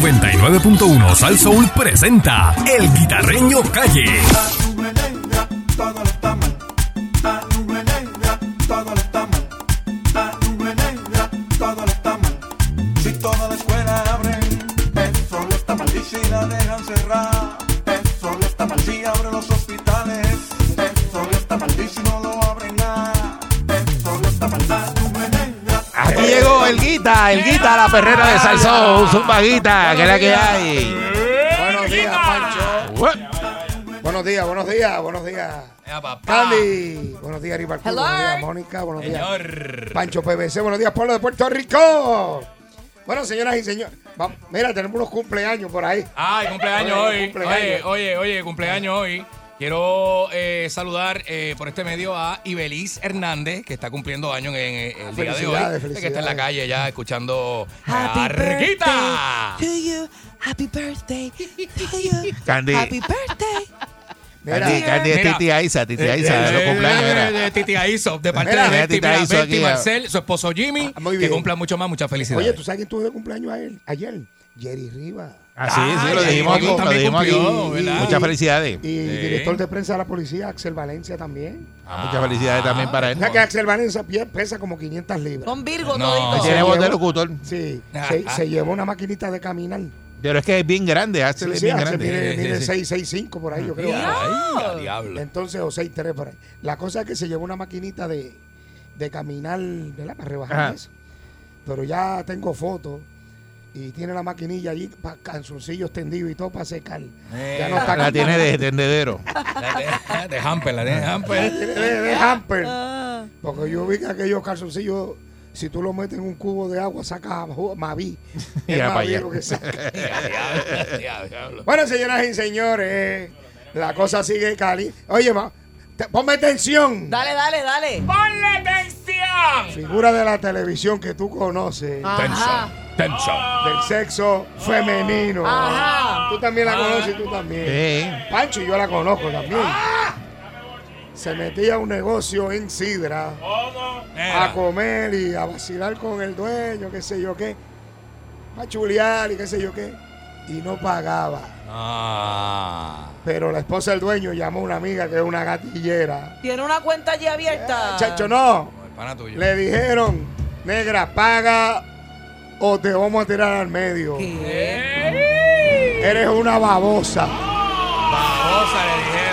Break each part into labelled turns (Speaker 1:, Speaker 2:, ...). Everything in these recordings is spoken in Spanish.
Speaker 1: 99.1 Sal Soul presenta El Guitarreño Calle.
Speaker 2: Aquí llegó el guita, el guita, la perrera de Salsón, zumba guita, que es la que hay.
Speaker 3: Buenos días, Pancho.
Speaker 2: Ué.
Speaker 3: Buenos días, buenos días, buenos días. Candy.
Speaker 2: Ah.
Speaker 3: Buenos días, Ribarcú. Buenos días, Mónica. Buenos días. Pancho PBC. Buenos días, pueblo de Puerto Rico. Bueno, señoras y señores. va- mira, tenemos unos cumpleaños por ahí.
Speaker 4: Ay, cumpleaños
Speaker 3: Oye,
Speaker 4: hoy.
Speaker 3: cumpleaños.
Speaker 4: Oye, oye, oye, cumpleaños hoy. Quiero eh, saludar eh, por este medio a Ibeliz Hernández, que está cumpliendo años en, eh, el día de hoy.
Speaker 3: Felicidades,
Speaker 4: Que está en la
Speaker 3: felicidades.
Speaker 4: calle ya escuchando a
Speaker 5: Happy
Speaker 4: Riquita.
Speaker 5: birthday to you. Happy birthday to you.
Speaker 2: Candy.
Speaker 5: Happy birthday.
Speaker 3: Mira,
Speaker 2: Candy, Candy es
Speaker 4: Mira.
Speaker 2: Titi Aiza, Titi Aiza, de los
Speaker 4: Eh,
Speaker 2: cumpleaños.
Speaker 4: eh,
Speaker 2: era.
Speaker 4: eh, Titi Aizo, de parte
Speaker 3: Mira,
Speaker 4: de
Speaker 2: mira,
Speaker 4: Betty,
Speaker 2: Titi
Speaker 4: mira,
Speaker 2: Aizo
Speaker 4: Betty
Speaker 2: aquí,
Speaker 4: Marcel, su esposo Jimmy,
Speaker 3: Ah, muy
Speaker 4: que
Speaker 3: bien.
Speaker 4: cumplan mucho más, muchas felicidades.
Speaker 3: oye, ¿tú sabes quién tuvo de cumpleaños ayer? ayer? Jerry Rivas.
Speaker 2: Ah, sí, sí,
Speaker 4: Ay,
Speaker 2: lo
Speaker 4: ahí
Speaker 2: dijimos aquí,
Speaker 4: mismo
Speaker 2: lo
Speaker 4: también
Speaker 2: dijimos
Speaker 4: cumplió,
Speaker 2: aquí.
Speaker 4: ¿verdad?
Speaker 2: Muchas felicidades.
Speaker 3: Y director de prensa de la policía, Axel Valencia también.
Speaker 2: Ah, Muchas felicidades también para
Speaker 3: O
Speaker 2: él.
Speaker 3: sea que Axel Valencia pie- pesa como 500 libras.
Speaker 5: Con Virgo
Speaker 4: No.
Speaker 5: todito.
Speaker 2: Él
Speaker 3: Se
Speaker 2: Tiene voz de
Speaker 3: llevó-
Speaker 2: locutor,
Speaker 3: Sí,
Speaker 2: Ah,
Speaker 3: se, se llevó una maquinita de caminar.
Speaker 2: pero es que es bien grande,
Speaker 3: Sí,
Speaker 2: Axel es
Speaker 3: sí,
Speaker 2: bien
Speaker 3: Axel
Speaker 2: grande.
Speaker 3: mide,
Speaker 4: Sí, sí,
Speaker 3: mide
Speaker 4: sí.
Speaker 3: 665 por ahí, yo creo.
Speaker 4: Ay, a diablo.
Speaker 3: Entonces, o 6-3 por ahí. La cosa es que se llevó una maquinita de, de caminar, ¿verdad? Para rebajar
Speaker 2: Ajá.
Speaker 3: eso. Pero ya tengo fotos y tiene la maquinilla allí, pa- canzoncillos tendidos y todo para secar. Ya no está
Speaker 2: Eh, La tiene de tendedero.
Speaker 4: La- De Hamper, la de Hamper.
Speaker 3: de, de- de hamper. Porque yo vi que aquellos calzoncillos, si tú los metes en un cubo de agua, saca ju- Maví. Es
Speaker 2: Mira pa'
Speaker 3: Maví
Speaker 2: allá.
Speaker 3: lo que saca.
Speaker 4: Ya, diablo.
Speaker 3: Bueno, señoras y señores, la cosa sigue cali. Oye, ma, te- ponme atención.
Speaker 5: Dale, dale, dale.
Speaker 4: ¡Ponle tensión!
Speaker 3: Figura de la televisión que tú conoces.
Speaker 5: Ajá.
Speaker 4: Tensión.
Speaker 3: del sexo femenino.
Speaker 5: Ajá.
Speaker 3: Tú también la conoces y tú también.
Speaker 2: Sí.
Speaker 3: Pancho y yo la conozco también.
Speaker 5: Ah.
Speaker 3: Se metía a un negocio en Sidra a
Speaker 4: Era.
Speaker 3: comer y a vacilar con el dueño, qué sé yo qué, a chulear y qué sé yo qué, y no pagaba.
Speaker 4: Ah.
Speaker 3: Pero la esposa del dueño llamó a una amiga que es una gatillera.
Speaker 5: Tiene una cuenta allí abierta.
Speaker 3: Chacho, no.
Speaker 4: El pana tuyo.
Speaker 3: Le dijeron, negra, paga o te vamos a tirar al medio.
Speaker 5: ¿Qué?
Speaker 3: Eres una babosa.
Speaker 4: Babosa le dijeron.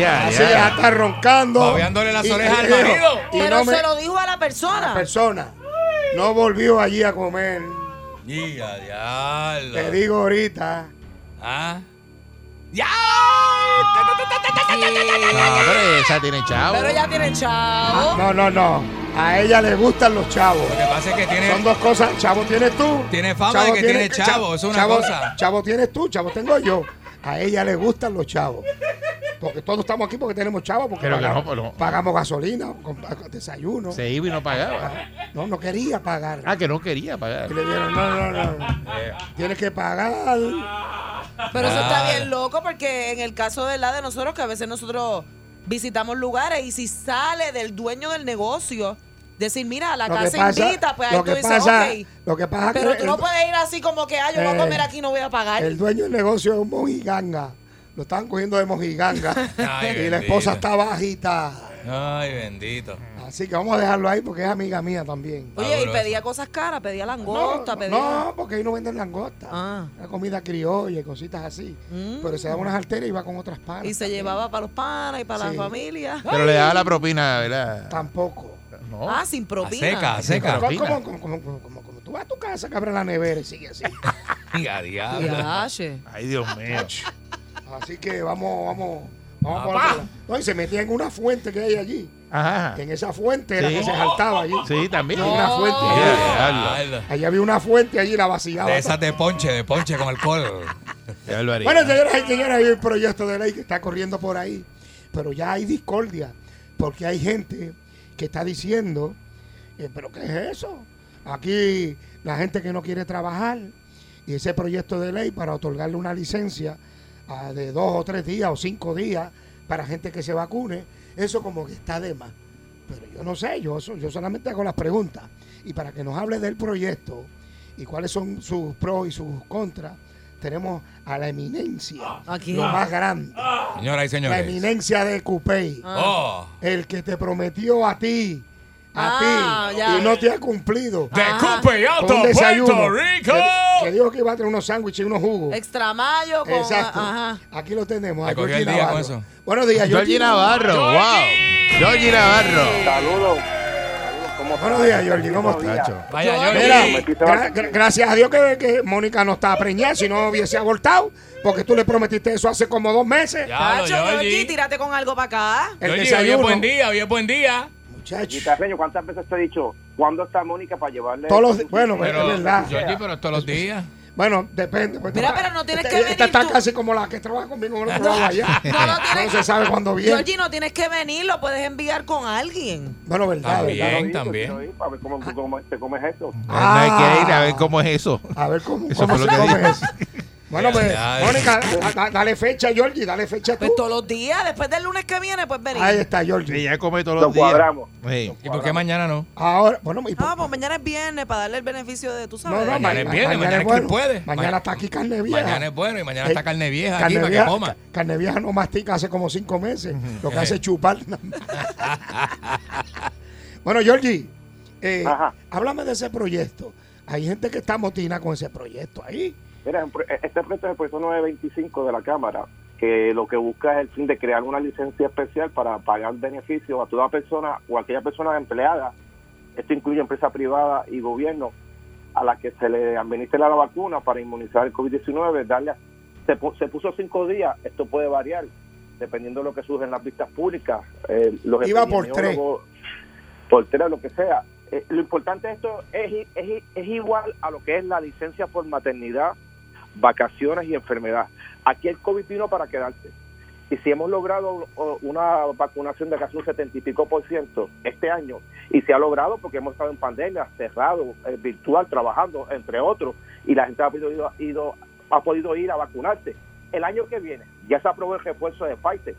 Speaker 2: Ya,
Speaker 3: Así ya
Speaker 2: ya.
Speaker 3: está roncando.
Speaker 4: Babeándole las
Speaker 3: Y-
Speaker 4: orejas al
Speaker 3: y dijo-
Speaker 4: marido.
Speaker 3: Y
Speaker 5: Pero
Speaker 3: no me,
Speaker 5: se lo dijo a la persona.
Speaker 3: persona. No volvió allí a comer.
Speaker 4: Ya, diablo.
Speaker 3: Te digo ahorita.
Speaker 4: Ah. ¡Ya!
Speaker 2: No, pero esa tiene chavo.
Speaker 5: Pero ella tiene
Speaker 4: ¿Ah?
Speaker 5: chavo.
Speaker 3: No, no, no. A ella le gustan los chavos.
Speaker 4: Lo que pasa es que
Speaker 3: Son
Speaker 4: tiene.
Speaker 3: dos cosas. Chavo tienes tú.
Speaker 4: Tiene fama de que tiene
Speaker 3: tienes-
Speaker 4: chavo,
Speaker 3: cha-
Speaker 4: eso es una cosa.
Speaker 3: Chavo tienes tú, chavo tengo yo. A ella le gustan los chavos. Porque todos estamos aquí porque tenemos chavos, porque
Speaker 2: Pero que
Speaker 3: pagamos,
Speaker 2: no, pero no.
Speaker 3: pagamos gasolina, comp- desayuno.
Speaker 2: Se iba y no pagaba.
Speaker 3: No, no quería pagar.
Speaker 2: Ah, Eh. que no quería
Speaker 3: Y
Speaker 2: pagar.
Speaker 3: le dijeron, no, no, no, no. Tienes que pagar.
Speaker 5: Pero eso
Speaker 4: Ah.
Speaker 5: está bien loco porque en el caso de la de nosotros, que a veces nosotros visitamos lugares y si sale del dueño del negocio, decir, mira, a la
Speaker 3: Lo que
Speaker 5: casa
Speaker 3: pasa-
Speaker 5: invita, pues ahí
Speaker 3: lo
Speaker 5: tú
Speaker 3: que
Speaker 5: dices,
Speaker 3: pasa-
Speaker 5: ok.
Speaker 3: lo que pasa que
Speaker 5: Pero tú
Speaker 3: el-
Speaker 5: no puedes ir así como que, ah, yo voy
Speaker 3: Eh,
Speaker 5: a comer aquí, no voy a pagar.
Speaker 3: El dueño del negocio es un mojiganga. Lo estaban cogiendo de mojiganga.
Speaker 4: Ay,
Speaker 3: y la esposa
Speaker 4: bendito.
Speaker 3: está bajita.
Speaker 4: Ay, bendito.
Speaker 3: Así que vamos a dejarlo ahí porque es amiga mía también.
Speaker 5: Oye, y
Speaker 4: Fabuloso.
Speaker 5: pedía cosas caras, pedía
Speaker 3: No,
Speaker 5: langosta,
Speaker 3: no,
Speaker 5: pedía...
Speaker 3: no, porque ahí no venden langosta.
Speaker 5: Ah. Mm.
Speaker 3: La comida criolla y cositas así. Pero se daba unas arterias y iba con otras palas.
Speaker 5: Y se
Speaker 3: también.
Speaker 5: llevaba para los panas y para
Speaker 3: Sí.
Speaker 5: la familia.
Speaker 2: Pero le daba la propina, ¿verdad?
Speaker 3: Tampoco.
Speaker 2: No.
Speaker 5: Ah, sin
Speaker 4: A
Speaker 5: propina.
Speaker 4: seca, a seca.
Speaker 3: Como,
Speaker 2: propina.
Speaker 3: como, como, como- como- como tú vas a tu casa que abres la nevera y sigue así.
Speaker 4: Ya, diablo.
Speaker 5: Yache.
Speaker 2: Ay, Dios mío.
Speaker 3: así que vamos, vamos, vamos por otro lado. No, y se metía en una fuente que hay allí.
Speaker 2: Ajá.
Speaker 3: que En esa fuente era
Speaker 2: Sí.
Speaker 3: que se saltaba allí.
Speaker 2: Sí, también.
Speaker 3: Hay una fuente.
Speaker 2: Ya, diablo.
Speaker 4: Diablo.
Speaker 3: Allá había una fuente, allí la vaciaba.
Speaker 4: De esas de ponche, de ponche con alcohol.
Speaker 2: Diablo, Ariel.
Speaker 3: Bueno, señoras y señores, hay un proyecto de ley que está corriendo por ahí, pero ya hay discordia, porque hay gente que está diciendo, eh, pero ¿qué es eso? Aquí la gente que no quiere trabajar y ese proyecto de ley para otorgarle una licencia ah, de dos o tres días o cinco días para gente que se vacune, eso como que está de más. Pero yo no sé, yo, so- yo solamente hago las preguntas. Y para que nos hable del proyecto, y cuáles son sus pros y sus contras, tenemos a la eminencia,
Speaker 5: Aquí.
Speaker 3: lo más grande,
Speaker 4: Señoras y
Speaker 3: la
Speaker 4: Ah. señores.
Speaker 3: eminencia de Coupé,
Speaker 5: Ah.
Speaker 4: Oh,
Speaker 3: el que te prometió a ti, a
Speaker 5: Ah,
Speaker 3: ti,
Speaker 5: ya.
Speaker 3: y no te ha cumplido.
Speaker 4: de
Speaker 5: Ajá.
Speaker 4: Coupe Alto,
Speaker 3: Con un desayuno,
Speaker 4: Puerto Rico.
Speaker 3: Que, que dijo que iba a traer unos sándwiches y unos jugos.
Speaker 5: Extra mayo con.
Speaker 3: Exacto.
Speaker 5: Ajá.
Speaker 3: Aquí lo tenemos. a
Speaker 4: Ay, cogió
Speaker 3: Georgie
Speaker 4: el día con
Speaker 3: Navarro.
Speaker 4: eso.
Speaker 3: Buenos días,
Speaker 2: Georgie
Speaker 3: Georgie.
Speaker 2: Navarro, wow. Georgie Navarro.
Speaker 6: Saludos. Saludos, ¿Cómo
Speaker 3: Buenos días, Georgie. ¿Cómo estás?
Speaker 2: Chacho.
Speaker 4: Vaya,
Speaker 5: Georgie.
Speaker 4: Georgie.
Speaker 3: Mira, gra- gra- gracias a Dios que, que Mónica no está preñada, si no hubiese abortado, porque tú le prometiste eso hace como dos meses.
Speaker 4: Ya, lo,
Speaker 5: Cacho, Georgie,
Speaker 4: Georgie.
Speaker 5: tírate con algo para acá.
Speaker 3: El
Speaker 4: Georgie, hoy es
Speaker 3: desayuno.
Speaker 4: buen día, hoy es buen día.
Speaker 3: Muchacho.
Speaker 6: Guitarreño, ¿cuántas veces te he dicho? ¿Cuándo está Mónica para llevarle?
Speaker 3: Todos los- bueno, pues,
Speaker 4: Pero,
Speaker 3: es verdad.
Speaker 4: Georgie, pero todos los días.
Speaker 3: Bueno, depende. pues,
Speaker 5: Mira,
Speaker 3: esta-
Speaker 5: pero no tienes
Speaker 3: esta-
Speaker 5: que venir
Speaker 3: Esta está
Speaker 5: tú.
Speaker 3: casi como la que trabaja conmigo en el otro lado allá.
Speaker 5: No, no tienes-
Speaker 3: se sabe cuándo viene.
Speaker 5: Georgie, no tienes que venir, lo puedes enviar con alguien.
Speaker 3: Bueno, verdad,
Speaker 4: También.
Speaker 3: verdad.
Speaker 6: Quiero ir,
Speaker 4: también.
Speaker 6: quiero ir, A ver
Speaker 5: Ah.
Speaker 6: cómo, tú cómo te comes eso.
Speaker 2: No hay que ir a ver cómo es eso.
Speaker 3: A ver cómo,
Speaker 2: Eso
Speaker 3: cómo
Speaker 2: fue
Speaker 3: se
Speaker 2: lo que
Speaker 3: come
Speaker 2: dije.
Speaker 3: eso. Bueno, pues,
Speaker 4: Felicidades.
Speaker 3: Mónica, da- da- dale fecha, Georgie, dale fecha tú.
Speaker 5: Pues todos los días, después del lunes que viene, pues venir.
Speaker 3: Ahí está, Georgie.
Speaker 2: Ella come todos
Speaker 6: Lo
Speaker 2: los días.
Speaker 6: cuadramos.
Speaker 2: Sí.
Speaker 4: ¿Y por qué mañana no?
Speaker 3: Ahora, bueno, ¿y por-
Speaker 5: No, pues mañana es viernes para darle el beneficio de, tú sabes.
Speaker 3: no, no,
Speaker 4: mañana es
Speaker 3: ma-
Speaker 4: viernes, mañana es que
Speaker 3: bueno.
Speaker 4: puede.
Speaker 3: Mañana
Speaker 4: Mañana-
Speaker 3: está aquí carne vieja.
Speaker 4: Mañana es bueno y mañana
Speaker 3: Eh,
Speaker 4: está carne vieja aquí
Speaker 3: carne
Speaker 4: para que
Speaker 3: vieja-
Speaker 4: coma.
Speaker 3: ca- Carne vieja no mastica hace como cinco meses. Lo que hace es chupar. bueno, Georgie, eh,
Speaker 6: Ajá.
Speaker 3: háblame de ese proyecto. Hay gente que está motina con ese proyecto ahí.
Speaker 6: Mira, es un pro- este proyecto es el proyecto 925 de la Cámara, que lo que busca es el fin de crear una licencia especial para pagar beneficios a toda persona o a aquella persona empleada, esto incluye empresa privada y gobierno, a la que se le administre la vacuna para inmunizar el COVID-19, darle, a- se, pu- se puso cinco días, esto puede variar, dependiendo de lo que surge en las vistas públicas. eh, los
Speaker 3: Iba por
Speaker 6: epidemiólogos, Por tres, lo que sea. Eh, lo importante de esto es, i- es i- es igual a lo que es la licencia por maternidad, vacaciones y enfermedad. Aquí el COVID vino para quedarse. Y si hemos logrado o, una vacunación de casi un 70 y pico por ciento este año, y se ha logrado porque hemos estado en pandemia, cerrado, eh, virtual, trabajando, entre otros, y la gente ha podido, ido- ido- ha podido ir a vacunarse. El año que viene, ya se aprobó el refuerzo de Pfizer,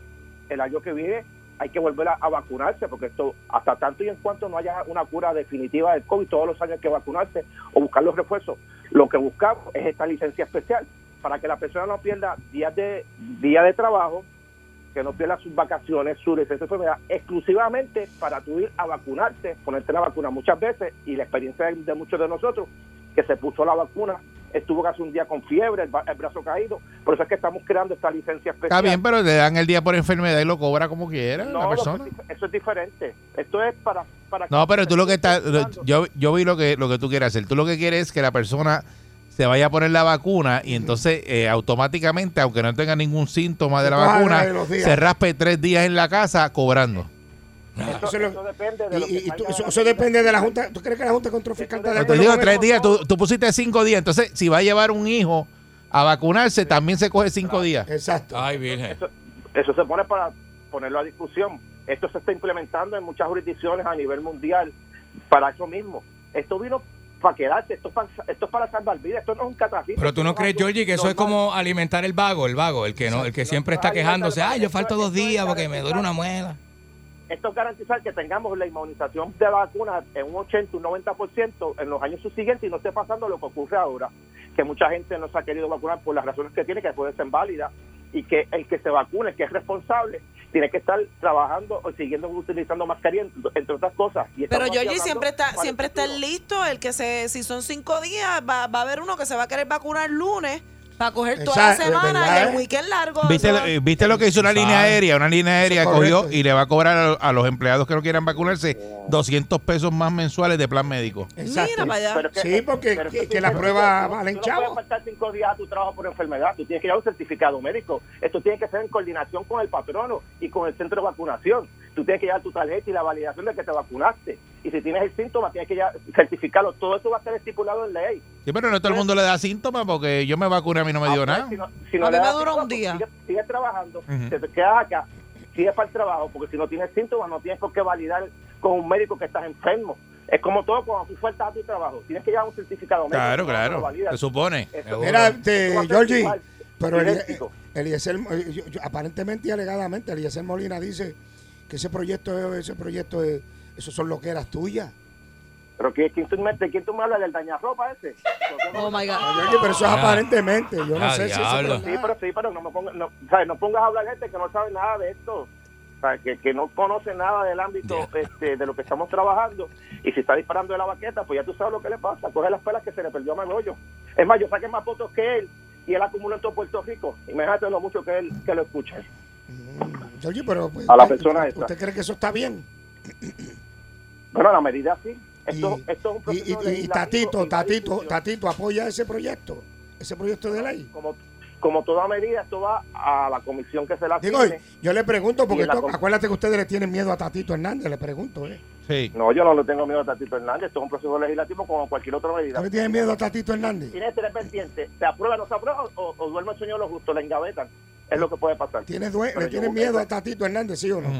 Speaker 6: el año que viene hay que volver a, a vacunarse porque esto hasta tanto y en cuanto no haya una cura definitiva del COVID, todos los años hay que vacunarse o buscar los refuerzos. Lo que buscamos es esta licencia especial para que la persona no pierda días de, día de trabajo, que no pierda sus vacaciones, su licencia de enfermedad, exclusivamente para tú ir a vacunarte, ponerte la vacuna muchas veces y la experiencia de, de muchos de nosotros que se puso la vacuna estuvo casi un día con fiebre, el, ba- el brazo caído, por eso es que estamos creando esta licencia especial.
Speaker 2: Está bien, pero le dan el día por enfermedad y lo cobra como quiera la
Speaker 6: lo que
Speaker 2: persona.
Speaker 6: es dif- eso es diferente. Esto es para... para
Speaker 2: No, pero tú lo que estás.
Speaker 6: Pensando.
Speaker 2: Yo, yo vi lo que, lo que tú quieres hacer. Tú lo que quieres es que la persona se vaya a poner la vacuna y entonces eh, automáticamente, aunque no tenga ningún síntoma de la
Speaker 3: Ojalá
Speaker 2: vacuna,
Speaker 3: de los días.
Speaker 2: se raspe tres días en la casa cobrando.
Speaker 6: Eso,
Speaker 3: Eso lo-
Speaker 6: eso depende de lo
Speaker 3: Y- y-
Speaker 6: que
Speaker 3: y tú-
Speaker 6: salga
Speaker 3: eso,
Speaker 6: la
Speaker 3: eso
Speaker 6: medida.
Speaker 3: depende de la Junta. ¿Tú crees que la Junta Controfiscal está de
Speaker 6: Pero
Speaker 2: Pero te
Speaker 3: acuerdo
Speaker 2: Pues digo
Speaker 3: con
Speaker 2: tres
Speaker 3: eso?
Speaker 2: días, tú, tú pusiste cinco días. Entonces, si va a llevar un hijo a vacunarse, también se coge cinco días.
Speaker 3: Exacto.
Speaker 4: Ay, virgen.
Speaker 6: Eso, eso se pone para ponerlo a discusión. Esto se está implementando en muchas jurisdicciones a nivel mundial para eso mismo. Esto vino para quedarse, esto es para, esto es para salvar vidas, esto no es un cataclismo.
Speaker 4: Pero tú no crees, Georgie, que eso es como alimentar el vago, el vago, el que no, el que siempre está quejándose. Ay, yo falto dos días porque me duele una muela.
Speaker 6: Esto es garantizar que tengamos la inmunización de vacunas en un 80, un 90% en los años subsiguientes y no esté pasando lo que ocurre ahora, que mucha gente no se ha querido vacunar por las razones que tiene, que pueden ser válidas, y que el que se vacune, el que es responsable, tiene que estar trabajando o siguiendo utilizando mascarilla, entre- entre otras cosas. Y
Speaker 5: Pero
Speaker 6: estamos aquí
Speaker 5: Georgie
Speaker 6: hablando
Speaker 5: siempre está,
Speaker 6: para el
Speaker 5: siempre está
Speaker 6: futuro.
Speaker 5: listo, el que se, si son cinco días, va, va a haber uno que se va a querer vacunar lunes para coger toda la
Speaker 3: Exacto, es
Speaker 5: semana
Speaker 3: verdad,
Speaker 5: y
Speaker 3: ¿eh?
Speaker 5: el weekend largo.
Speaker 2: ¿Viste,
Speaker 5: eso
Speaker 2: lo-
Speaker 5: va-
Speaker 2: eh, ¿Viste lo que hizo una
Speaker 4: Sabe.
Speaker 2: línea aérea? Una línea aérea
Speaker 3: Sí,
Speaker 2: cogió
Speaker 3: correcto.
Speaker 2: y le va a cobrar a, a los empleados que no quieran vacunarse 200 pesos más mensuales de plan médico.
Speaker 5: Mira para allá.
Speaker 6: Pero es que- eh,
Speaker 3: Sí, porque
Speaker 6: pero es
Speaker 3: que,
Speaker 6: tú
Speaker 3: que la
Speaker 6: tienes-
Speaker 3: prueba
Speaker 6: tú no-
Speaker 3: valen
Speaker 6: tú No
Speaker 3: chavo.
Speaker 6: puedes faltar cinco días a tu trabajo por enfermedad. Tú tienes que llevar un certificado médico. Esto tiene que ser en coordinación con el patrono y con el centro de vacunación. Tú tienes que llevar tu tarjeta y la validación de que te vacunaste. Y si tienes el síntoma, tienes que ya certificarlo. Todo eso va a estar estipulado en ley.
Speaker 2: Sí, pero no todo el mundo le da síntomas porque yo me vacuné, a mí no me
Speaker 6: Ah,
Speaker 2: dio
Speaker 6: pues,
Speaker 2: nada.
Speaker 6: si no- si no
Speaker 5: A mí
Speaker 6: le
Speaker 5: me
Speaker 6: das
Speaker 5: dura
Speaker 6: trabajo,
Speaker 5: un día.
Speaker 6: Sigue, sigue trabajando,
Speaker 2: Ujú.
Speaker 6: te, te quedas acá, sigue para el trabajo, porque si no tienes síntomas, no tienes por qué validar con un médico que estás enfermo. Es como todo cuando tú faltas a tu trabajo. Tienes que llevar un certificado médico.
Speaker 2: Claro,
Speaker 6: que no Eh, lo
Speaker 2: claro.
Speaker 6: validas.
Speaker 2: Se supone.
Speaker 6: Eso-
Speaker 3: Mira,
Speaker 6: Esto
Speaker 3: este,
Speaker 6: va a ser
Speaker 3: Georgie,
Speaker 6: igual,
Speaker 3: pero el,
Speaker 6: idéntico.
Speaker 3: Eliezer, eh, yo- yo- aparentemente y alegadamente, Eliezer Molina dice que ese proyecto, es- ese proyecto, es- eso son loqueras tuyas.
Speaker 6: Pero ¿quién, quién tú, me- de quién tú me hablas? ¿Del dañarropa ese?
Speaker 5: Oh my God.
Speaker 3: Oye, pero eso es
Speaker 4: Ah.
Speaker 3: aparentemente. Yo no
Speaker 4: Ah,
Speaker 3: sé si eso
Speaker 4: diablo.
Speaker 3: es
Speaker 6: Sí,
Speaker 3: verdad.
Speaker 6: pero sí, pero no, me pongas, no, ¿sabes? no pongas a hablar gente que no sabe nada de esto, o sea, que, que no conoce nada del ámbito este, de lo que estamos trabajando. Y si está disparando de la baqueta, pues ya tú sabes lo que le pasa. Coge las pelas que se le perdió a Magollo. Es más, yo saqué más votos que él y él acumula en todo Puerto Rico. Imagínate lo mucho que él que lo escucha.
Speaker 3: Oye, pero pues,
Speaker 6: A la persona esa.
Speaker 3: ¿Usted cree que eso está bien?
Speaker 6: Bueno, la medida sí. Esto,
Speaker 3: y,
Speaker 6: esto es un
Speaker 3: y-
Speaker 6: proceso
Speaker 3: y- y
Speaker 6: legislativo
Speaker 3: Tatito,
Speaker 6: y
Speaker 3: Tatito,
Speaker 6: constitucional.
Speaker 3: Tatito, apoya ese proyecto, ese proyecto de ley.
Speaker 6: Como, como toda medida, esto va a la comisión que se la
Speaker 3: Digo,
Speaker 6: tiene.
Speaker 3: yo le pregunto, porque
Speaker 6: Y en la
Speaker 3: esto-
Speaker 6: com-
Speaker 3: acuérdate que ustedes le tienen miedo a Tatito Hernández, le pregunto, ¿eh?
Speaker 2: Sí.
Speaker 6: No, yo no le tengo miedo a Tatito Hernández. Esto es un proceso legislativo como cualquier otra medida.
Speaker 3: ¿Usted le tiene miedo a Tatito Hernández?
Speaker 6: Tiene tres pendientes. ¿Se aprueba, no se aprueba o, o duerme el sueño de los justos? La engavetan. Es lo que puede pasar.
Speaker 3: ¿Tiene due-
Speaker 6: Pero
Speaker 3: ¿Le
Speaker 6: yo
Speaker 3: tiene
Speaker 6: voy a
Speaker 3: miedo a
Speaker 6: pensar.
Speaker 3: Tatito Hernández, sí o no?
Speaker 2: Ujú.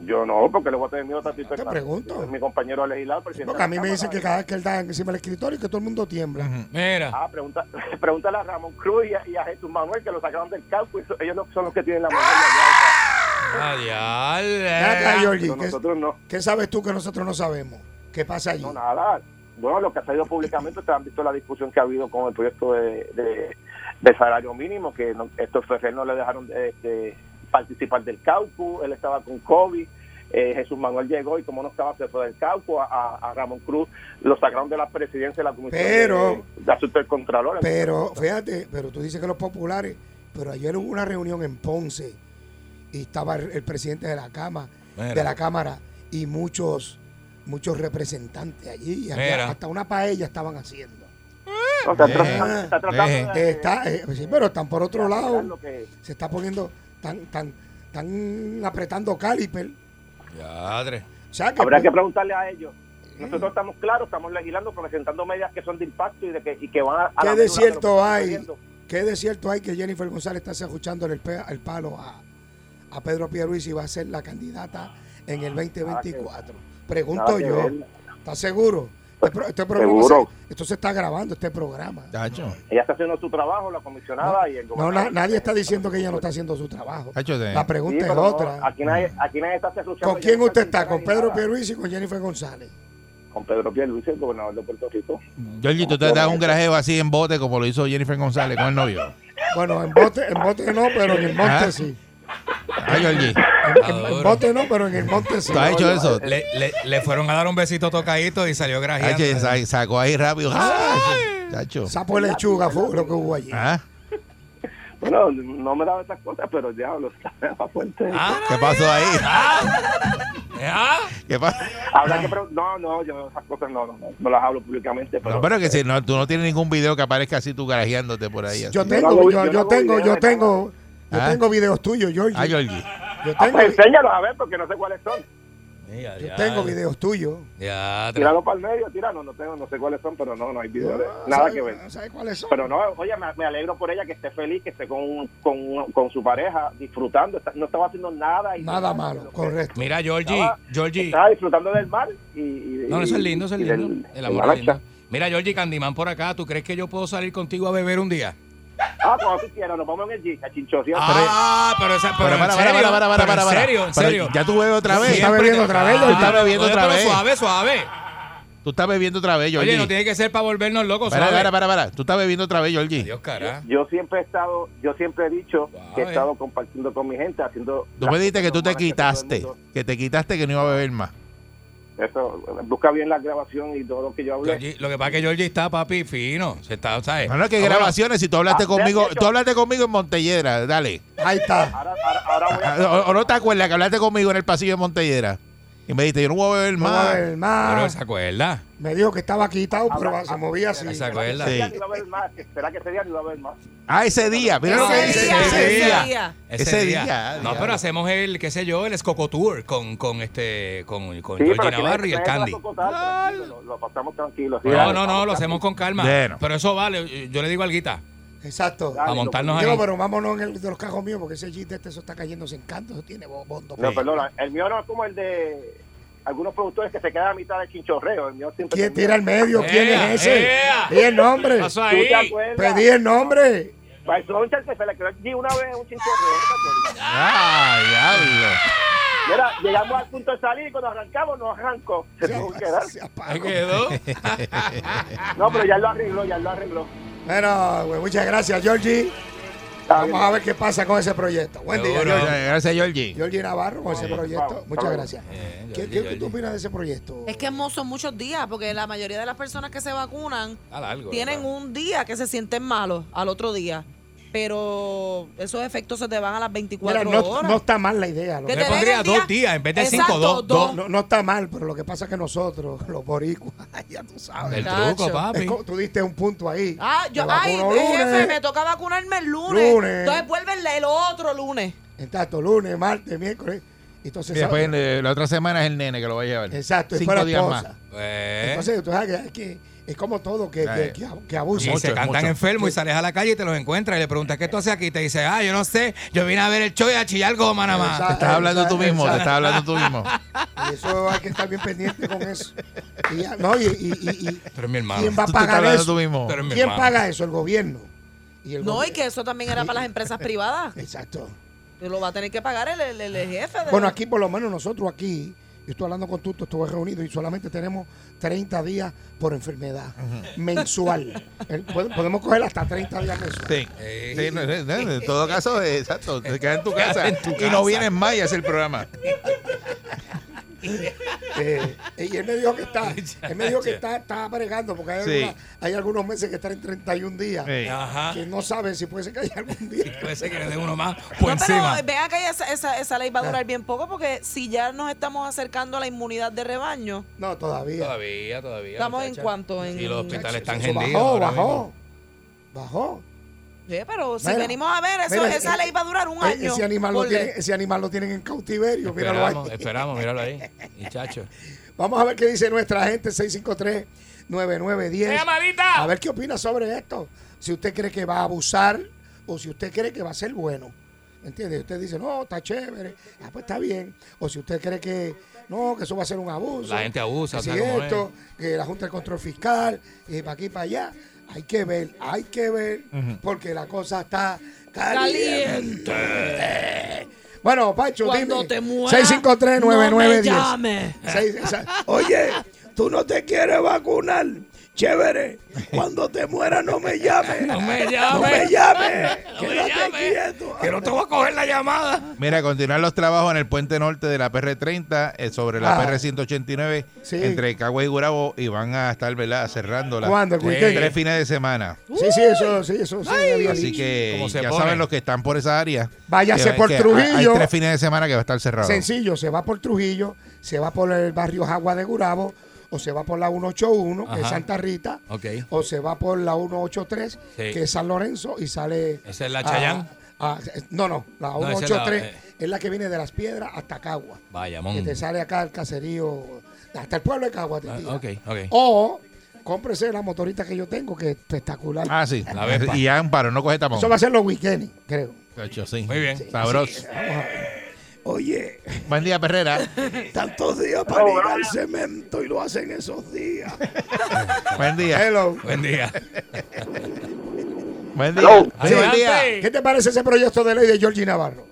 Speaker 6: Yo no, porque le voy a tener miedo a Tatito
Speaker 3: Te
Speaker 6: Hernández.
Speaker 3: pregunto.
Speaker 6: Es mi compañero legislador, presidente.
Speaker 3: Porque a mí
Speaker 6: de la
Speaker 3: me dicen que
Speaker 6: Cámara.
Speaker 3: cada vez que él da encima del escritorio y que todo el mundo tiembla.
Speaker 4: Mira.
Speaker 6: Ah, pregunta, pregúntale a Ramón Cruz y a, y a Jesús Manuel que lo sacaron del campo. y so- ellos no- son los que tienen la mano.
Speaker 3: Ven acá,
Speaker 4: Adiós.
Speaker 3: Georgie,
Speaker 6: Pero
Speaker 3: ¿qué,
Speaker 6: nosotros no.
Speaker 3: qué sabes tú que nosotros no sabemos? ¿Qué pasa allí?
Speaker 6: No, nada. Bueno, lo que ha salido públicamente, ustedes han visto la discusión que ha habido con el proyecto de, de- de salario mínimo, que no- estos Ferrer no le dejaron eh, de participar del caucus, él estaba con COVID, eh, Jesús Manuel llegó y como no estaba, se fue del caucus, a, a- a Ramón Cruz lo sacaron de la presidencia de la Comisión
Speaker 3: Pero-
Speaker 6: de, de Asuntos del Contralor.
Speaker 3: Pero fíjate, pero tú dices que los populares, pero ayer hubo una reunión en Ponce y estaba el, el presidente de la cama,
Speaker 4: Mira.
Speaker 3: de la cámara y muchos muchos representantes allí, y había-
Speaker 4: Mira.
Speaker 3: hasta una paella estaban haciendo.
Speaker 6: No, está,
Speaker 2: Eh,
Speaker 6: tratando- está tratando
Speaker 2: eh.
Speaker 6: de-
Speaker 3: Está, eh, sí, pero están por otro
Speaker 6: de arreglar
Speaker 3: lado,
Speaker 6: lo que-
Speaker 3: se está poniendo tan tan tan apretando caliper.
Speaker 4: Yadre.
Speaker 3: O sea que,
Speaker 6: Habrá que preguntarle a ellos. Nosotros estamos claros, estamos legislando, presentando medidas que son de impacto y, de que, y que van a... a la
Speaker 3: ¿Qué
Speaker 6: altura de lo que
Speaker 3: desierto
Speaker 6: está
Speaker 3: hay?
Speaker 6: ocurriendo.
Speaker 3: ¿Qué desierto hay que Jennifer González está escuchando el, pe- el palo a, a Pedro Pierluisi y va a ser la candidata en el 2024? Pregunto
Speaker 6: Nada Ah, que
Speaker 3: yo.
Speaker 6: ver.
Speaker 3: ¿Estás seguro? Este, pro- este programa
Speaker 6: Seguro.
Speaker 3: se- esto se está grabando, este programa.
Speaker 2: Chacho.
Speaker 6: Ella está haciendo su trabajo, la comisionada y el
Speaker 3: No,
Speaker 6: gobernador.
Speaker 3: na- nadie está diciendo que ella no está haciendo su trabajo.
Speaker 2: Chacho, de-
Speaker 3: La
Speaker 6: Sí,
Speaker 3: pregunta es
Speaker 6: pero no,
Speaker 3: otra.
Speaker 6: aquí, nadie, aquí nadie está cerruchando.
Speaker 3: ¿Con quién
Speaker 6: Jennifer
Speaker 3: usted está?
Speaker 6: Quintana
Speaker 3: ¿Con
Speaker 6: ni
Speaker 3: Pedro
Speaker 6: nada.
Speaker 3: Pierluisi y con Jennifer González?
Speaker 6: Con Pedro Pierluisi, el gobernador de Puerto Rico.
Speaker 2: Georgie, tú te das un grajeo así en bote como lo hizo Jennifer González con el novio.
Speaker 3: Bueno, en bote, en bote no, pero en el monte
Speaker 2: Ah.
Speaker 3: sí.
Speaker 2: Ah, Georgie.
Speaker 3: En, en-
Speaker 4: Maduro.
Speaker 3: en bote no, pero en el monte sí.
Speaker 2: ¿Tú has hecho eso?
Speaker 6: eh,
Speaker 4: Le, le, le fueron a dar un besito tocadito y salió
Speaker 2: Ah,
Speaker 6: eh.
Speaker 2: che,
Speaker 4: grajeando.
Speaker 2: sa- sacó ahí rápido. ¡Ay! Chacho.
Speaker 3: Sapo de lechuga fue lo que hubo allí.
Speaker 2: ¿Ah?
Speaker 6: Bueno, no me daba esas cosas, pero diablo, está en la fuente.
Speaker 4: Ah,
Speaker 2: ¿Qué pasó ahí?
Speaker 4: ah,
Speaker 2: ¿Qué pasó?
Speaker 6: Habrá
Speaker 2: ah.
Speaker 6: que pregun- No, no, yo esas cosas no, no, no, no las hablo públicamente. Pero,
Speaker 2: No, pero que si no, tú no tienes ningún video que aparezca así tú garajeándote por ahí.
Speaker 3: Yo
Speaker 2: así.
Speaker 3: tengo, yo,
Speaker 6: hago- yo no
Speaker 3: yo
Speaker 6: hago
Speaker 3: tengo,
Speaker 6: videos
Speaker 3: yo
Speaker 6: de
Speaker 3: tengo, yo
Speaker 2: Ah.
Speaker 3: tengo videos tuyos, Georgie.
Speaker 2: Ah, Georgie.
Speaker 3: Yo
Speaker 6: Ah,
Speaker 3: tengo,
Speaker 6: pues enséñalos a ver, porque no sé cuáles son.
Speaker 4: mira.
Speaker 3: yo tengo videos tuyos.
Speaker 4: Yadre.
Speaker 6: Tíralo para el medio, tíralo. No, tengo, no sé cuáles son, pero no, no hay video de- Nada
Speaker 3: ¿Sabes-
Speaker 6: que ver.
Speaker 3: ¿Sabes cuáles son?
Speaker 6: Pero no, oye, me, me alegro por ella que esté feliz, que esté con, con, con su pareja, disfrutando. Está- no estaba haciendo nada.
Speaker 3: Nada
Speaker 6: ilegal,
Speaker 3: malo,
Speaker 6: lo que-
Speaker 3: correcto.
Speaker 4: Mira, Georgie,
Speaker 6: Estaba-
Speaker 4: Georgie.
Speaker 6: Estaba disfrutando del mar y. y-
Speaker 4: No, no, eso es
Speaker 6: y-
Speaker 4: lindo, eso es
Speaker 6: y
Speaker 4: lindo.
Speaker 6: del-
Speaker 4: el
Speaker 6: de la
Speaker 4: amor es lindo.
Speaker 6: lancha.
Speaker 4: Mira, Georgie Candyman por acá, ¿tú crees que yo puedo salir contigo a beber un día?
Speaker 6: Ah, cuando tú quieras, nos vamos en el G, a Chinchorreo.
Speaker 4: Ah, pero esa, pero,
Speaker 2: Pero para,
Speaker 4: en
Speaker 2: para,
Speaker 4: serio,
Speaker 2: para, para, para,
Speaker 4: pero
Speaker 2: para,
Speaker 4: en
Speaker 2: para.
Speaker 4: serio, en
Speaker 2: Pero
Speaker 4: serio.
Speaker 2: Ya tú bebes otra vez.
Speaker 4: Siempre te-
Speaker 3: bebiendo otra vez, Georgie.
Speaker 4: Ah,
Speaker 2: Está bebiendo
Speaker 4: oye,
Speaker 2: otra
Speaker 4: pero
Speaker 2: vez.
Speaker 4: Suave, suave.
Speaker 2: Tú estás bebiendo otra vez, Georgie.
Speaker 4: Oye, no tiene que ser para volvernos locos,
Speaker 2: para,
Speaker 4: suave.
Speaker 2: para, para, para. Tú estás bebiendo otra vez, Georgie.
Speaker 4: Dios, cara.
Speaker 6: Yo siempre he estado, yo siempre he dicho que he
Speaker 4: Suave.
Speaker 6: estado compartiendo con mi gente, haciendo.
Speaker 2: Tú
Speaker 6: las
Speaker 2: me dijiste
Speaker 6: cosas
Speaker 2: que tú te
Speaker 6: normales todo el
Speaker 2: quitaste.
Speaker 6: mundo-
Speaker 2: Que te quitaste que no iba a beber más.
Speaker 6: Eso, busca bien la grabación y todo lo que yo hablé.
Speaker 4: Georgie- lo que pasa es que Georgie está, papi, fino. Se está, ¿sabes?
Speaker 2: No, no, que
Speaker 4: Ah, bueno,
Speaker 2: grabaciones. Si tú hablaste
Speaker 6: Ah,
Speaker 2: conmigo,
Speaker 6: de hecho-
Speaker 2: tú hablaste conmigo en Montellera, dale.
Speaker 3: Ahí está.
Speaker 6: Ahora, ahora, ahora voy
Speaker 2: Ah,
Speaker 6: a.
Speaker 2: O, o no te acuerdas que hablaste conmigo en el pasillo de Montellera. Y me dijiste, yo no voy a beber
Speaker 3: Vamos a
Speaker 2: más.
Speaker 3: ver, el mar.
Speaker 4: Pero se acuerda.
Speaker 3: Me dijo que estaba quitado, pero
Speaker 6: Habla-
Speaker 3: se movía así.
Speaker 4: Se
Speaker 6: Será que
Speaker 4: acuerda.
Speaker 6: ese día
Speaker 2: Sí.
Speaker 6: no iba a haber más, será que ese día no iba a haber más.
Speaker 2: Ah, ese día. Mira lo que
Speaker 5: Ese
Speaker 2: dice.
Speaker 5: día,
Speaker 2: Ese
Speaker 5: ese
Speaker 2: día.
Speaker 5: día.
Speaker 2: Ese día,
Speaker 4: No,
Speaker 2: día.
Speaker 4: pero hacemos el, qué sé yo, el Escoco Tour con, con este, con, con
Speaker 6: Sí,
Speaker 4: Georgie
Speaker 6: pero
Speaker 4: Navarro
Speaker 6: que
Speaker 4: y el
Speaker 6: nadie se
Speaker 4: Candy.
Speaker 6: va a tocar, tranquilo, Lo, lo pasamos tranquilo. sí,
Speaker 4: No,
Speaker 6: dale,
Speaker 4: no, no,
Speaker 6: vamos,
Speaker 4: lo hacemos con calma.
Speaker 2: Bueno.
Speaker 4: Pero eso vale, eh, yo le digo al guita,
Speaker 3: Exacto.
Speaker 6: Dale,
Speaker 4: a montarnos ahí.
Speaker 3: Digo, pero vámonos en el de los cajos míos, porque ese chiste este, eso está cayéndose en canto, eso tiene bo- bondo.
Speaker 6: No, perdona, el mío no es como el de algunos productores que se quedan a mitad del chinchorreo. El mío siempre
Speaker 3: ¿Quién tira
Speaker 6: termina.
Speaker 3: el medio? ¿Quién
Speaker 4: Ea,
Speaker 3: es ese?
Speaker 4: ea.
Speaker 3: Di el nombre.
Speaker 4: Pasó
Speaker 6: ¿Tú
Speaker 4: ahí.
Speaker 6: te acuerdas?
Speaker 3: Pedí el nombre.
Speaker 6: Pues, son chances, se le quedó allí una vez un chinchorreo. ¿te acuerdas?
Speaker 2: Ah, diablo.
Speaker 6: Mira, llegamos al punto de salir y cuando arrancamos no arrancó. Se tuvo que quedar.
Speaker 3: Se
Speaker 4: Ahí
Speaker 3: apagó.
Speaker 4: quedó.
Speaker 6: No, pero ya lo arregló, ya lo arregló.
Speaker 3: Bueno, pues, muchas gracias, Georgie.
Speaker 6: Está
Speaker 3: Vamos
Speaker 6: bien.
Speaker 3: a ver qué pasa con ese proyecto. Buen día,
Speaker 4: Seguro.
Speaker 3: Georgie.
Speaker 2: Gracias, Georgie.
Speaker 3: Georgie Navarro con ese proyecto.
Speaker 6: vamos,
Speaker 3: Muchas
Speaker 6: vamos.
Speaker 3: gracias.
Speaker 2: Eh,
Speaker 3: ¿Qué,
Speaker 2: Georgie,
Speaker 3: qué
Speaker 2: Georgie.
Speaker 3: tú opinas de ese proyecto?
Speaker 5: Es que mo- son muchos días, porque la mayoría de las personas que se vacunan
Speaker 4: Está largo,
Speaker 5: tienen
Speaker 4: ¿verdad?
Speaker 5: un día que se sienten malos al otro día. Pero esos efectos se te van a las
Speaker 3: Mira,
Speaker 5: 24
Speaker 3: no,
Speaker 5: horas.
Speaker 3: no está mal la idea. lo
Speaker 5: Que
Speaker 3: que-
Speaker 4: Le
Speaker 5: te den
Speaker 4: pondría
Speaker 5: el
Speaker 4: dos días, en vez de
Speaker 5: Exacto,
Speaker 4: cinco, dos, dos.
Speaker 3: no, no está mal, pero lo que pasa es que nosotros, los boricuas, ya tú sabes.
Speaker 4: El
Speaker 5: Tacho.
Speaker 4: truco,
Speaker 3: Es
Speaker 4: papi.
Speaker 3: como- tú diste un punto ahí.
Speaker 5: Ah, yo,
Speaker 3: Me
Speaker 5: ay,
Speaker 3: vacuno
Speaker 5: jefe,
Speaker 3: lunes,
Speaker 5: me toca vacunarme el lunes.
Speaker 3: Lunes.
Speaker 5: Entonces vuelven el otro lunes.
Speaker 3: Exacto, lunes, martes, miércoles. Entonces,
Speaker 2: Y después eh, la otra semana es el nene que lo va a llevar.
Speaker 3: exacto, es
Speaker 2: Cinco
Speaker 3: para
Speaker 2: días
Speaker 3: esposa.
Speaker 2: más.
Speaker 4: Eh,
Speaker 3: Entonces, tú sabes que, que es como todo, que, que,
Speaker 2: Eh.
Speaker 3: que, que
Speaker 4: y
Speaker 3: abusa.
Speaker 2: mucho,
Speaker 4: se
Speaker 2: es
Speaker 4: cantan
Speaker 2: mucho.
Speaker 4: enfermos y sales a la calle y te los encuentras y le preguntas qué tú haces aquí y te dice, ah, yo no sé, yo vine a ver el show y a chillar goma nada más.
Speaker 2: Te estás
Speaker 3: Ah,
Speaker 2: hablando tú mismo, te estás hablando tú mismo.
Speaker 3: Y eso hay que estar bien pendiente con eso. Y ya- no, y, y- y- y-
Speaker 4: Pero es mi hermano.
Speaker 3: ¿quién va a
Speaker 2: Tú te estás
Speaker 3: pagar
Speaker 2: hablando tú
Speaker 3: eso?
Speaker 2: mismo.
Speaker 4: Pero es mi
Speaker 3: ¿Quién
Speaker 4: hermano.
Speaker 3: paga eso? El gobierno. Y el
Speaker 5: No, y
Speaker 3: gobierno.
Speaker 5: que eso también era para las empresas privadas.
Speaker 3: Exacto.
Speaker 5: Que Lo va a tener que pagar el, el- el jefe. de-
Speaker 3: Bueno, aquí por lo menos nosotros aquí, yo estoy hablando con Tuto, estuve reunido y solamente tenemos 30 días por enfermedad mensual. Eh, pod- Podemos coger hasta 30 días mensual.
Speaker 2: Sí. Sí, no, no, no, en todo caso, eh, exacto, te quedas en tu casa y no vienes más y haces el programa.
Speaker 3: Eh, y él me dijo que está, él me dijo que está, está bregando porque hay,
Speaker 2: Sí.
Speaker 3: alguna- hay algunos meses que están en 31 días.
Speaker 2: Sí.
Speaker 4: Ajá.
Speaker 3: Que no saben si puede ser que haya algún día.
Speaker 4: Parece que le den uno más
Speaker 5: No,
Speaker 4: por encima.
Speaker 5: pero vean que esa, esa- esa ley va a durar bien poco porque si ya nos estamos acercando a la inmunidad de rebaño,
Speaker 3: No, todavía.
Speaker 4: Todavía, todavía.
Speaker 5: estamos en
Speaker 4: muchacha.
Speaker 5: cuanto en...
Speaker 4: Y los hospitales están
Speaker 3: Eso
Speaker 4: hendidos.
Speaker 3: Bajó,
Speaker 4: ahora
Speaker 3: bajó.
Speaker 4: mismo.
Speaker 3: Bajó.
Speaker 5: Sí, pero si
Speaker 3: Mira,
Speaker 5: venimos a ver, eso,
Speaker 3: mira,
Speaker 5: esa
Speaker 3: eh,
Speaker 5: ley va a durar un
Speaker 3: Eh,
Speaker 5: año.
Speaker 3: Ese animal, lo
Speaker 5: por ley.
Speaker 3: tiene, ese animal lo tienen en cautiverio. Míralo ahí.
Speaker 4: Esperamos, esperamos, míralo ahí. Muchacho.
Speaker 3: Vamos a ver qué dice nuestra gente 653-9910.
Speaker 4: llamadita!
Speaker 3: A ver qué opina sobre esto. Si usted cree que va a abusar o si usted cree que va a ser bueno. ¿Entiende? Usted dice, no, está chévere. Ah, pues está bien. O si usted cree que no, que eso va a ser un abuso.
Speaker 4: La gente abusa,
Speaker 3: que si
Speaker 4: o sea, como
Speaker 3: esto, que la Junta de Control Fiscal, y para aquí y para allá. Hay que ver, hay que ver, porque la cosa está caliente. Bueno, Pacho,
Speaker 5: Cuando
Speaker 3: dime.
Speaker 5: te mueras,
Speaker 3: 653 9910
Speaker 5: no me llames.
Speaker 3: Seis- o sea, Oye, tú no te quieres vacunar. Chévere. Cuando te muera no me llames.
Speaker 4: No me
Speaker 3: No
Speaker 4: llames.
Speaker 3: me llames.
Speaker 4: No me
Speaker 3: Quédate
Speaker 4: llames,
Speaker 3: quieto.
Speaker 4: Que no te voy a coger la llamada.
Speaker 2: Mira, continuar los trabajos en el puente norte de la PR30 eh, sobre la
Speaker 3: Ah.
Speaker 2: PR189
Speaker 3: Sí.
Speaker 2: entre Cagua y Gurabo y van a estar ¿verdad? cerrándola
Speaker 3: ¿Cuándo? ¿El weekend?
Speaker 2: tres fines de semana.
Speaker 3: Sí, sí, eso, sí, eso sí. ya había
Speaker 2: Así
Speaker 3: dicho.
Speaker 2: que
Speaker 4: ¿Cómo se
Speaker 2: ya
Speaker 4: pone?
Speaker 2: saben los que están por esa área.
Speaker 3: Váyase
Speaker 2: que-
Speaker 3: por
Speaker 2: que hay-
Speaker 3: Trujillo.
Speaker 2: Hay tres fines de semana que va a estar cerrado.
Speaker 3: Sencillo, se va por Trujillo, se va por el barrio Jagua de Gurabo, o se va por la 181, que es
Speaker 4: Ajá.
Speaker 3: Santa Rita,
Speaker 4: Ok.
Speaker 3: o se va por la 183,
Speaker 4: Sí.
Speaker 3: que es San Lorenzo, y sale...
Speaker 4: Esa es la
Speaker 3: a-
Speaker 4: Chayán.
Speaker 3: a- eh, no, no, la
Speaker 4: No, esa es
Speaker 3: 183
Speaker 4: la, eh.
Speaker 3: es, la, que viene de Las Piedras hasta Cagua,
Speaker 4: Vaya,
Speaker 3: que
Speaker 4: mon.
Speaker 3: te sale acá el caserío, hasta el pueblo de Cagua te
Speaker 4: Ah,
Speaker 3: tira.
Speaker 4: ok, ok.
Speaker 3: O cómprese la motorita que yo tengo, que es espectacular.
Speaker 2: Ah, sí.
Speaker 4: La Vespa.
Speaker 2: Y Amparo, no coge tapón.
Speaker 3: Eso va a ser los weekends, creo.
Speaker 2: Cacho, sí.
Speaker 4: Muy bien.
Speaker 2: Sabroso.
Speaker 3: Oye,
Speaker 2: Buen día, Perrera.
Speaker 3: tantos días para ligar cemento y lo hacen esos días.
Speaker 2: Buen día.
Speaker 3: Hello.
Speaker 4: Buen día.
Speaker 2: Buen día. Sí, buen día.
Speaker 4: Adelante.
Speaker 3: ¿Qué te parece ese proyecto de ley de Georgie Navarro?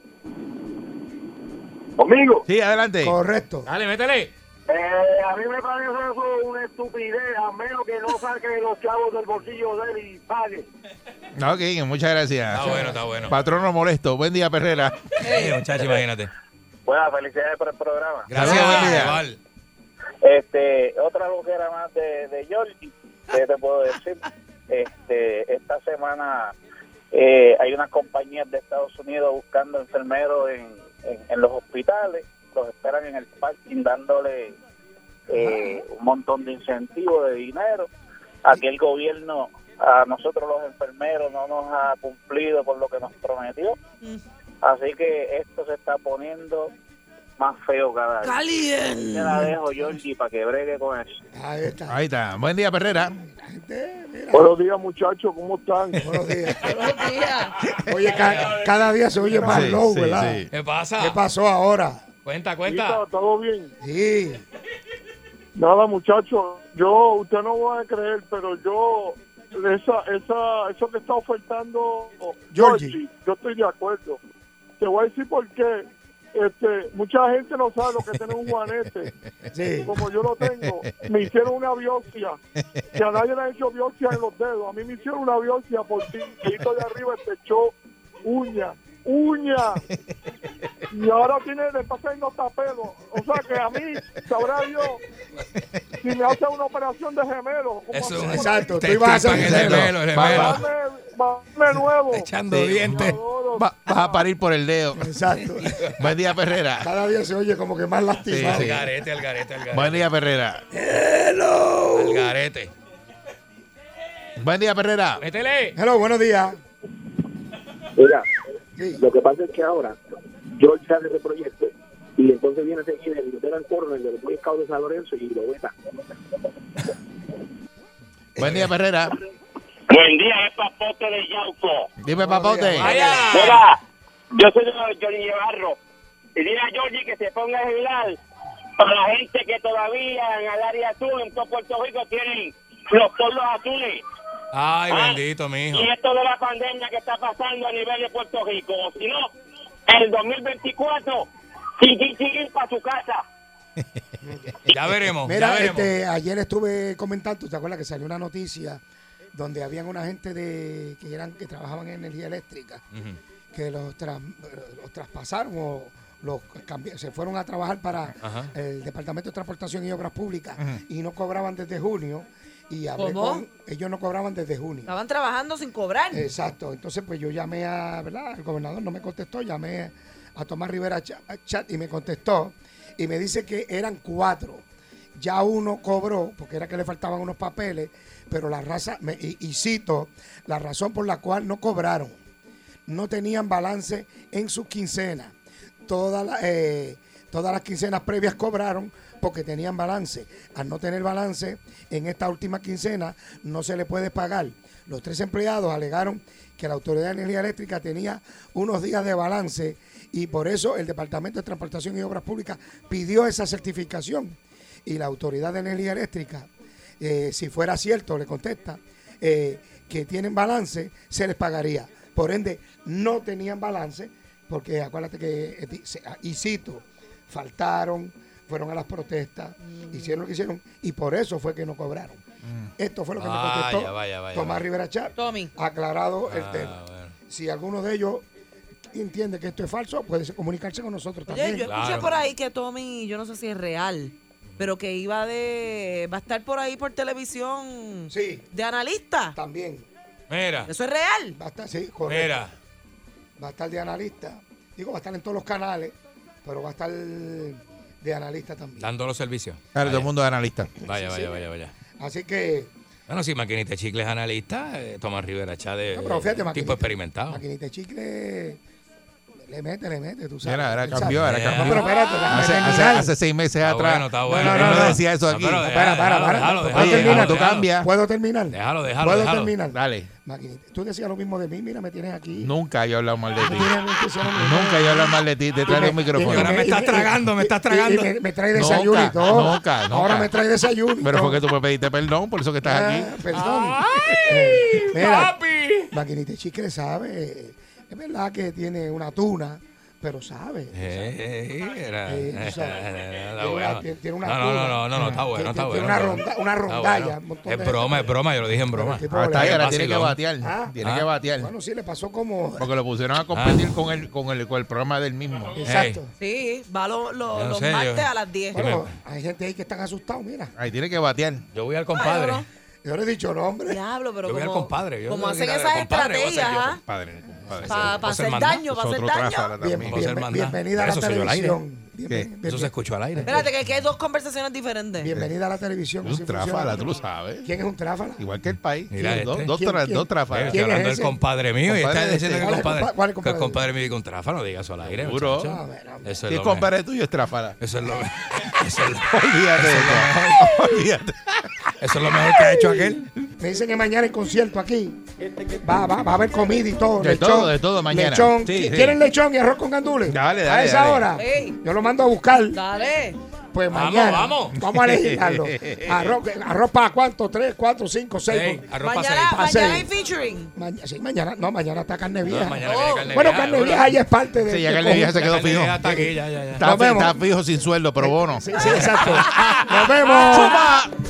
Speaker 6: Conmigo.
Speaker 2: Sí, Ah. adelante.
Speaker 3: Correcto.
Speaker 4: Dale, métele.
Speaker 6: Eh, a mí me parece eso una estupidez, a menos que no saque los chavos del bolsillo de él y pague.
Speaker 2: Ok, muchas gracias.
Speaker 4: Está bueno, está bueno.
Speaker 2: Patrono molesto. Buen día, Perrera.
Speaker 4: Eh, muchacho, imagínate.
Speaker 6: Bueno, felicidades por el programa.
Speaker 4: Gracias,
Speaker 2: buen día.
Speaker 4: chaval.
Speaker 6: Este, otra loquera más de, de Georgie, ¿qué te puedo decir? Este, esta semana eh, hay unas compañías de Estados Unidos buscando enfermeros en, en- en los hospitales, los esperan en el parking dándole eh, un montón de incentivos de dinero. Aquí el gobierno, a nosotros los enfermeros, no nos ha cumplido por lo que nos prometió.
Speaker 5: Mm.
Speaker 6: Así que esto se está poniendo más feo cada día. Te la dejo, Georgie, para que bregue con eso.
Speaker 3: Ahí está.
Speaker 2: Ahí está. Buen día, Perrera.
Speaker 3: Gente, mira.
Speaker 6: Buenos días, muchachos, ¿cómo están?
Speaker 3: Buenos días.
Speaker 5: Buenos días.
Speaker 3: Oye, ca- cada día se oye más
Speaker 2: Sí,
Speaker 3: low,
Speaker 2: sí,
Speaker 3: ¿verdad?
Speaker 2: sí.
Speaker 4: ¿Qué pasa?
Speaker 3: ¿Qué pasó ahora?
Speaker 4: Cuenta, cuenta.
Speaker 6: ¿Todo bien?
Speaker 3: Sí.
Speaker 6: Nada, muchachos, yo, usted no va a creer, pero yo, esa, esa, eso que está ofertando
Speaker 3: Georgie.
Speaker 6: yo estoy de acuerdo. Te voy a decir por qué.
Speaker 7: este, mucha gente no sabe lo que tiene un juanete.
Speaker 3: Sí.
Speaker 7: Como yo lo tengo, me hicieron una biopsia. Que a nadie le han hecho biopsia en los dedos. A mí me hicieron una biopsia por ti. El dedito de arriba se echó uña. ¡Uña! Y ahora tiene, le está saliendo hasta pelo. O sea que a mí, sabrá Dios, si me hace una operación de gemelo. como así,
Speaker 4: Eso es un-
Speaker 3: Exacto,
Speaker 4: te
Speaker 3: tú ibas a hacer-
Speaker 4: estipan el
Speaker 2: Exacto.
Speaker 4: gemelo, el
Speaker 2: Va-
Speaker 4: gemelo.
Speaker 7: Dame, dame nuevo.
Speaker 4: Echando dientes.
Speaker 7: Adoro.
Speaker 2: Va- vas a parir por el dedo.
Speaker 3: Exacto.
Speaker 2: Buen día, Perrera.
Speaker 3: Cada día se oye como que más lastimado.
Speaker 2: Sí,
Speaker 4: Al
Speaker 2: sí.
Speaker 4: garete, al garete, al garete.
Speaker 2: Buen día, Perrera.
Speaker 4: Al garete.
Speaker 2: Buen día, Perrera.
Speaker 4: Métele.
Speaker 3: Hello, buenos días.
Speaker 6: Mira,
Speaker 3: Sí.
Speaker 6: lo que pasa es que ahora George sale de proyecto y entonces viene ese líder, el del coronel, el Boy Scout de San Lorenzo y lo veta.
Speaker 2: Buen día, Perrera.
Speaker 8: Buen día, es Papote de Yauco.
Speaker 2: Dime, papote.
Speaker 4: Vaya.
Speaker 8: Mira, yo soy Johnny Navarro. Y dile a Jordi que se ponga a jubilar para la gente que todavía en el área azul, en todo Puerto Rico, tienen los pueblos azules.
Speaker 4: Ay,
Speaker 8: Ah,
Speaker 4: bendito, mijo.
Speaker 8: Y esto de la pandemia que está pasando a nivel de Puerto Rico. O si no, el 2024, chiquín, chiquín para su casa.
Speaker 4: Ya veremos, ya
Speaker 3: Mira,
Speaker 4: veremos.
Speaker 3: este, ayer estuve comentando, ¿te acuerdas que salió una noticia donde habían una gente de que eran que trabajaban en energía eléctrica
Speaker 4: Ujú.
Speaker 3: que los, tras- los traspasaron o los cambi- se fueron a trabajar para
Speaker 4: Ajá.
Speaker 3: el Departamento de Transportación y Obras Públicas y no cobraban desde junio y hablé
Speaker 5: ¿Cómo?
Speaker 3: con ellos no cobraban desde junio.
Speaker 5: Estaban trabajando sin cobrar.
Speaker 3: Eh, Exacto, entonces pues yo llamé a, ¿verdad? El gobernador no me contestó, llamé a Tomás Rivera Cha- a Chat y me contestó y me dice que eran cuatro. Ya uno cobró, porque era que le faltaban unos papeles, pero la raza, me- y, y cito, la razón por la cual no cobraron, no tenían balance en sus quincenas. Todas las, eh, todas las quincenas previas cobraron porque tenían balance. Al no tener balance, en esta última quincena no se le puede pagar. Los tres empleados alegaron que la Autoridad de Energía Eléctrica tenía unos días de balance y por eso el Departamento de Transportación y Obras Públicas pidió esa certificación. Y la Autoridad de Energía Eléctrica, eh, si fuera cierto, le contesta, eh, que tienen balance, se les pagaría. Por ende, no tenían balance, porque acuérdate que, eh, dice- ah, y cito, faltaron, fueron a las protestas,
Speaker 5: Mm.
Speaker 3: hicieron lo que hicieron, y por eso fue que no cobraron. Esto fue lo que
Speaker 4: Mm. Vaya,
Speaker 3: me contestó
Speaker 4: vaya, vaya,
Speaker 3: Tomás
Speaker 4: vaya.
Speaker 3: Rivera Chat,
Speaker 5: Tommy.
Speaker 3: aclarado el
Speaker 4: Ah,
Speaker 3: tema.
Speaker 4: bueno.
Speaker 3: Si alguno de ellos entiende que esto es falso, puede comunicarse con nosotros
Speaker 5: Oye,
Speaker 3: también.
Speaker 5: yo escuché
Speaker 4: Claro.
Speaker 5: por ahí que Tommy, yo no sé si es real, pero que iba de. va a estar por ahí por televisión
Speaker 3: Sí,
Speaker 5: de analista.
Speaker 3: también.
Speaker 4: Mira,
Speaker 5: Eso es real.
Speaker 3: Va a estar, sí, correcto.
Speaker 4: mira.
Speaker 3: va a estar de analista. Digo, va a estar en todos los canales, pero va a estar de analista también.
Speaker 4: Dando los servicios.
Speaker 2: Claro, todo el mundo es analista.
Speaker 4: Vaya, vaya, vaya, vaya.
Speaker 3: Así que,
Speaker 4: Bueno, si Maquinita Chicle es analista, eh, Tomás Rivera Chávez,
Speaker 3: no, pero fíjate,
Speaker 4: Eh, tipo
Speaker 3: Maquinita-
Speaker 4: experimentado.
Speaker 3: Maquinita Chicle le mete, le mete, tú sabes.
Speaker 2: Mira, ahora
Speaker 3: él
Speaker 2: cambió,
Speaker 3: sabe.
Speaker 2: ahora
Speaker 3: No,
Speaker 2: cambió.
Speaker 3: pero espérate, déjame
Speaker 2: Hace, hace-
Speaker 3: terminar.
Speaker 2: hace seis meses
Speaker 4: Está
Speaker 2: atrás.
Speaker 4: bueno, está bueno.
Speaker 2: No, no, no, decía eso aquí.
Speaker 4: No, pero
Speaker 3: Espera, espera,
Speaker 4: déjalo,
Speaker 3: espera.
Speaker 4: déjalo,
Speaker 3: Oye,
Speaker 4: déjalo,
Speaker 3: cuando
Speaker 4: déjalo,
Speaker 2: tú
Speaker 4: déjalo.
Speaker 2: cambias.
Speaker 3: ¿Puedo terminar?
Speaker 4: Déjalo, déjalo,
Speaker 3: ¿Puedo
Speaker 4: déjalo.
Speaker 3: terminar?
Speaker 2: Dale.
Speaker 3: Maquinita, tú decías lo mismo de mí, mira, me tienes aquí.
Speaker 2: Nunca yo he hablado mal de
Speaker 3: Tú
Speaker 2: ti.
Speaker 3: tienes- tú decías lo mismo.
Speaker 2: Nunca yo he hablado mal de ti detrás de un
Speaker 4: Y ahora
Speaker 2: micrófono.
Speaker 4: me estás tragando, me estás
Speaker 3: y- y-
Speaker 4: tragando.
Speaker 3: Me, me trae desayuno y todo.
Speaker 2: nunca, nunca.
Speaker 3: Ahora me trae desayuno. y
Speaker 2: Pero
Speaker 3: todo.
Speaker 2: porque tú me pediste perdón, por eso que estás aquí.
Speaker 3: Ah, perdón. Mira, Maquinita Chicle sabe. Es verdad que tiene una tuna, pero sabe.
Speaker 4: Eh, era-
Speaker 3: Eh, tú sabes.
Speaker 4: Está
Speaker 3: Tiene
Speaker 4: bueno.
Speaker 3: una- tiene- tiene una
Speaker 4: No, no, no,
Speaker 3: curva.
Speaker 4: no, no, no, está bueno,
Speaker 3: Tiene-
Speaker 4: está
Speaker 3: tiene
Speaker 4: bueno.
Speaker 3: una
Speaker 4: está
Speaker 3: ronda-
Speaker 4: bueno.
Speaker 3: una
Speaker 4: Está
Speaker 3: rondalla,
Speaker 4: bueno.
Speaker 3: un montón de-
Speaker 4: Es broma, es broma, yo lo dije en broma.
Speaker 3: Pero el tipo-
Speaker 2: Ah, está ahí, ahora tiene que
Speaker 4: Vacilón.
Speaker 2: batear.
Speaker 3: Ah.
Speaker 2: Tiene
Speaker 4: Ah.
Speaker 2: que batear.
Speaker 3: Bueno, sí, le pasó como.
Speaker 2: Porque lo pusieron a competir con, el, con, el, con el programa del mismo.
Speaker 3: Exacto.
Speaker 5: Sí, va lo- lo-
Speaker 4: Yo no
Speaker 5: los
Speaker 4: sé, yo-
Speaker 5: martes a las
Speaker 4: Eh.
Speaker 5: 10.
Speaker 3: Bueno, hay gente ahí que están asustados, mira.
Speaker 2: Ahí tiene que batear.
Speaker 4: Yo voy al compadre.
Speaker 5: Ay,
Speaker 3: Yo le he dicho nombre.
Speaker 5: Diablo, pero
Speaker 4: Yo voy al
Speaker 5: como,
Speaker 4: compadre, yo
Speaker 5: como
Speaker 4: no
Speaker 5: hacen
Speaker 4: quiero ir
Speaker 5: esas
Speaker 4: al compadre, voy a hacer
Speaker 5: estrategias,
Speaker 4: yo
Speaker 5: ¿ah?
Speaker 2: Padre, compadre.
Speaker 5: Para
Speaker 4: Voy a ser
Speaker 5: hacer
Speaker 4: mandado.
Speaker 5: daño, para
Speaker 2: Es
Speaker 5: hacer
Speaker 2: otro
Speaker 5: daño.
Speaker 2: traza
Speaker 3: Bien-
Speaker 2: también.
Speaker 4: José
Speaker 3: bien-
Speaker 4: Hermandad.
Speaker 3: bienvenida a la
Speaker 4: Eso soy yo al aire.
Speaker 3: televisión. Bien-
Speaker 4: Eso se escuchó al aire.
Speaker 5: Espérate, que aquí hay dos conversaciones diferentes.
Speaker 3: Bienvenida a la televisión.
Speaker 2: Es
Speaker 3: así
Speaker 2: un
Speaker 3: funciona.
Speaker 2: tráfala, tú lo sabes.
Speaker 3: ¿Quién es un tráfala?
Speaker 2: Igual que el país.
Speaker 4: Mira
Speaker 2: Sí, dos-
Speaker 4: este.
Speaker 2: Dos
Speaker 3: ¿Quién,
Speaker 2: tra-
Speaker 3: quién?
Speaker 2: dos
Speaker 4: Pero
Speaker 2: tráfalas.
Speaker 4: estoy
Speaker 3: ¿Quién es
Speaker 4: hablando
Speaker 3: ese?
Speaker 4: del compadre mío y
Speaker 2: Compadre
Speaker 4: está
Speaker 2: de
Speaker 4: diciendo que
Speaker 2: este.
Speaker 4: el
Speaker 3: ¿Cuál
Speaker 4: compadre,
Speaker 3: compa- cuál
Speaker 4: que el
Speaker 3: compadre?
Speaker 4: compadre mío y con tráfala, no digas eso al aire.
Speaker 2: Seguro.
Speaker 4: muchacho.
Speaker 3: A ver, a ver.
Speaker 4: Eso es
Speaker 2: Si el
Speaker 4: lo mejor.
Speaker 2: compadre tuyo es tráfala.
Speaker 4: Eso es lo eso es lo-
Speaker 2: Olvídate de eso. Olvídate.
Speaker 4: eso es lo mejor que ha hecho aquel.
Speaker 3: Me dicen que mañana hay concierto aquí. Va, va, va a haber comida y todo.
Speaker 2: De
Speaker 3: lechón,
Speaker 2: todo, de todo mañana.
Speaker 3: Lechón.
Speaker 2: Sí, sí.
Speaker 3: ¿Quieren lechón y arroz con gandules?
Speaker 2: Dale,
Speaker 3: A
Speaker 2: dale,
Speaker 3: esa
Speaker 2: dale.
Speaker 3: hora.
Speaker 5: Ey.
Speaker 3: Yo lo mando a buscar.
Speaker 5: Dale.
Speaker 3: Pues
Speaker 4: Vamos,
Speaker 3: mañana
Speaker 4: vamos.
Speaker 3: a legislarlo. Arroz, arroz para cuánto, tres, cuatro, cinco, seis.
Speaker 4: Ey, arroz pa'
Speaker 5: Mañana,
Speaker 4: seis.
Speaker 3: Pa' seis.
Speaker 5: mañana hay featuring.
Speaker 3: Maña- sí, mañana, no, mañana está carne vieja.
Speaker 4: Mañana viene carne
Speaker 3: bueno,
Speaker 4: vieja,
Speaker 3: carne
Speaker 4: bro.
Speaker 3: vieja ya es parte de.
Speaker 2: Sí, ya
Speaker 3: este
Speaker 2: Carne Vieja se
Speaker 4: La
Speaker 2: quedó
Speaker 4: carne
Speaker 2: fijo.
Speaker 4: vieja está aquí, ya, ya, ya.
Speaker 2: Está,
Speaker 3: Nos vemos. Eh,
Speaker 2: está fijo sin sueldo, pero bono.
Speaker 3: Sí, sí, exacto. Nos vemos.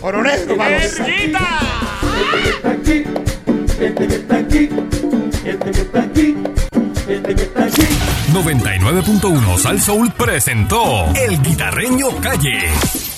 Speaker 3: Oro negro, vamos.
Speaker 9: Este que está aquí, este que está aquí, este que está aquí.
Speaker 1: 99.1 Sal Soul presentó El Guitarreño Calle.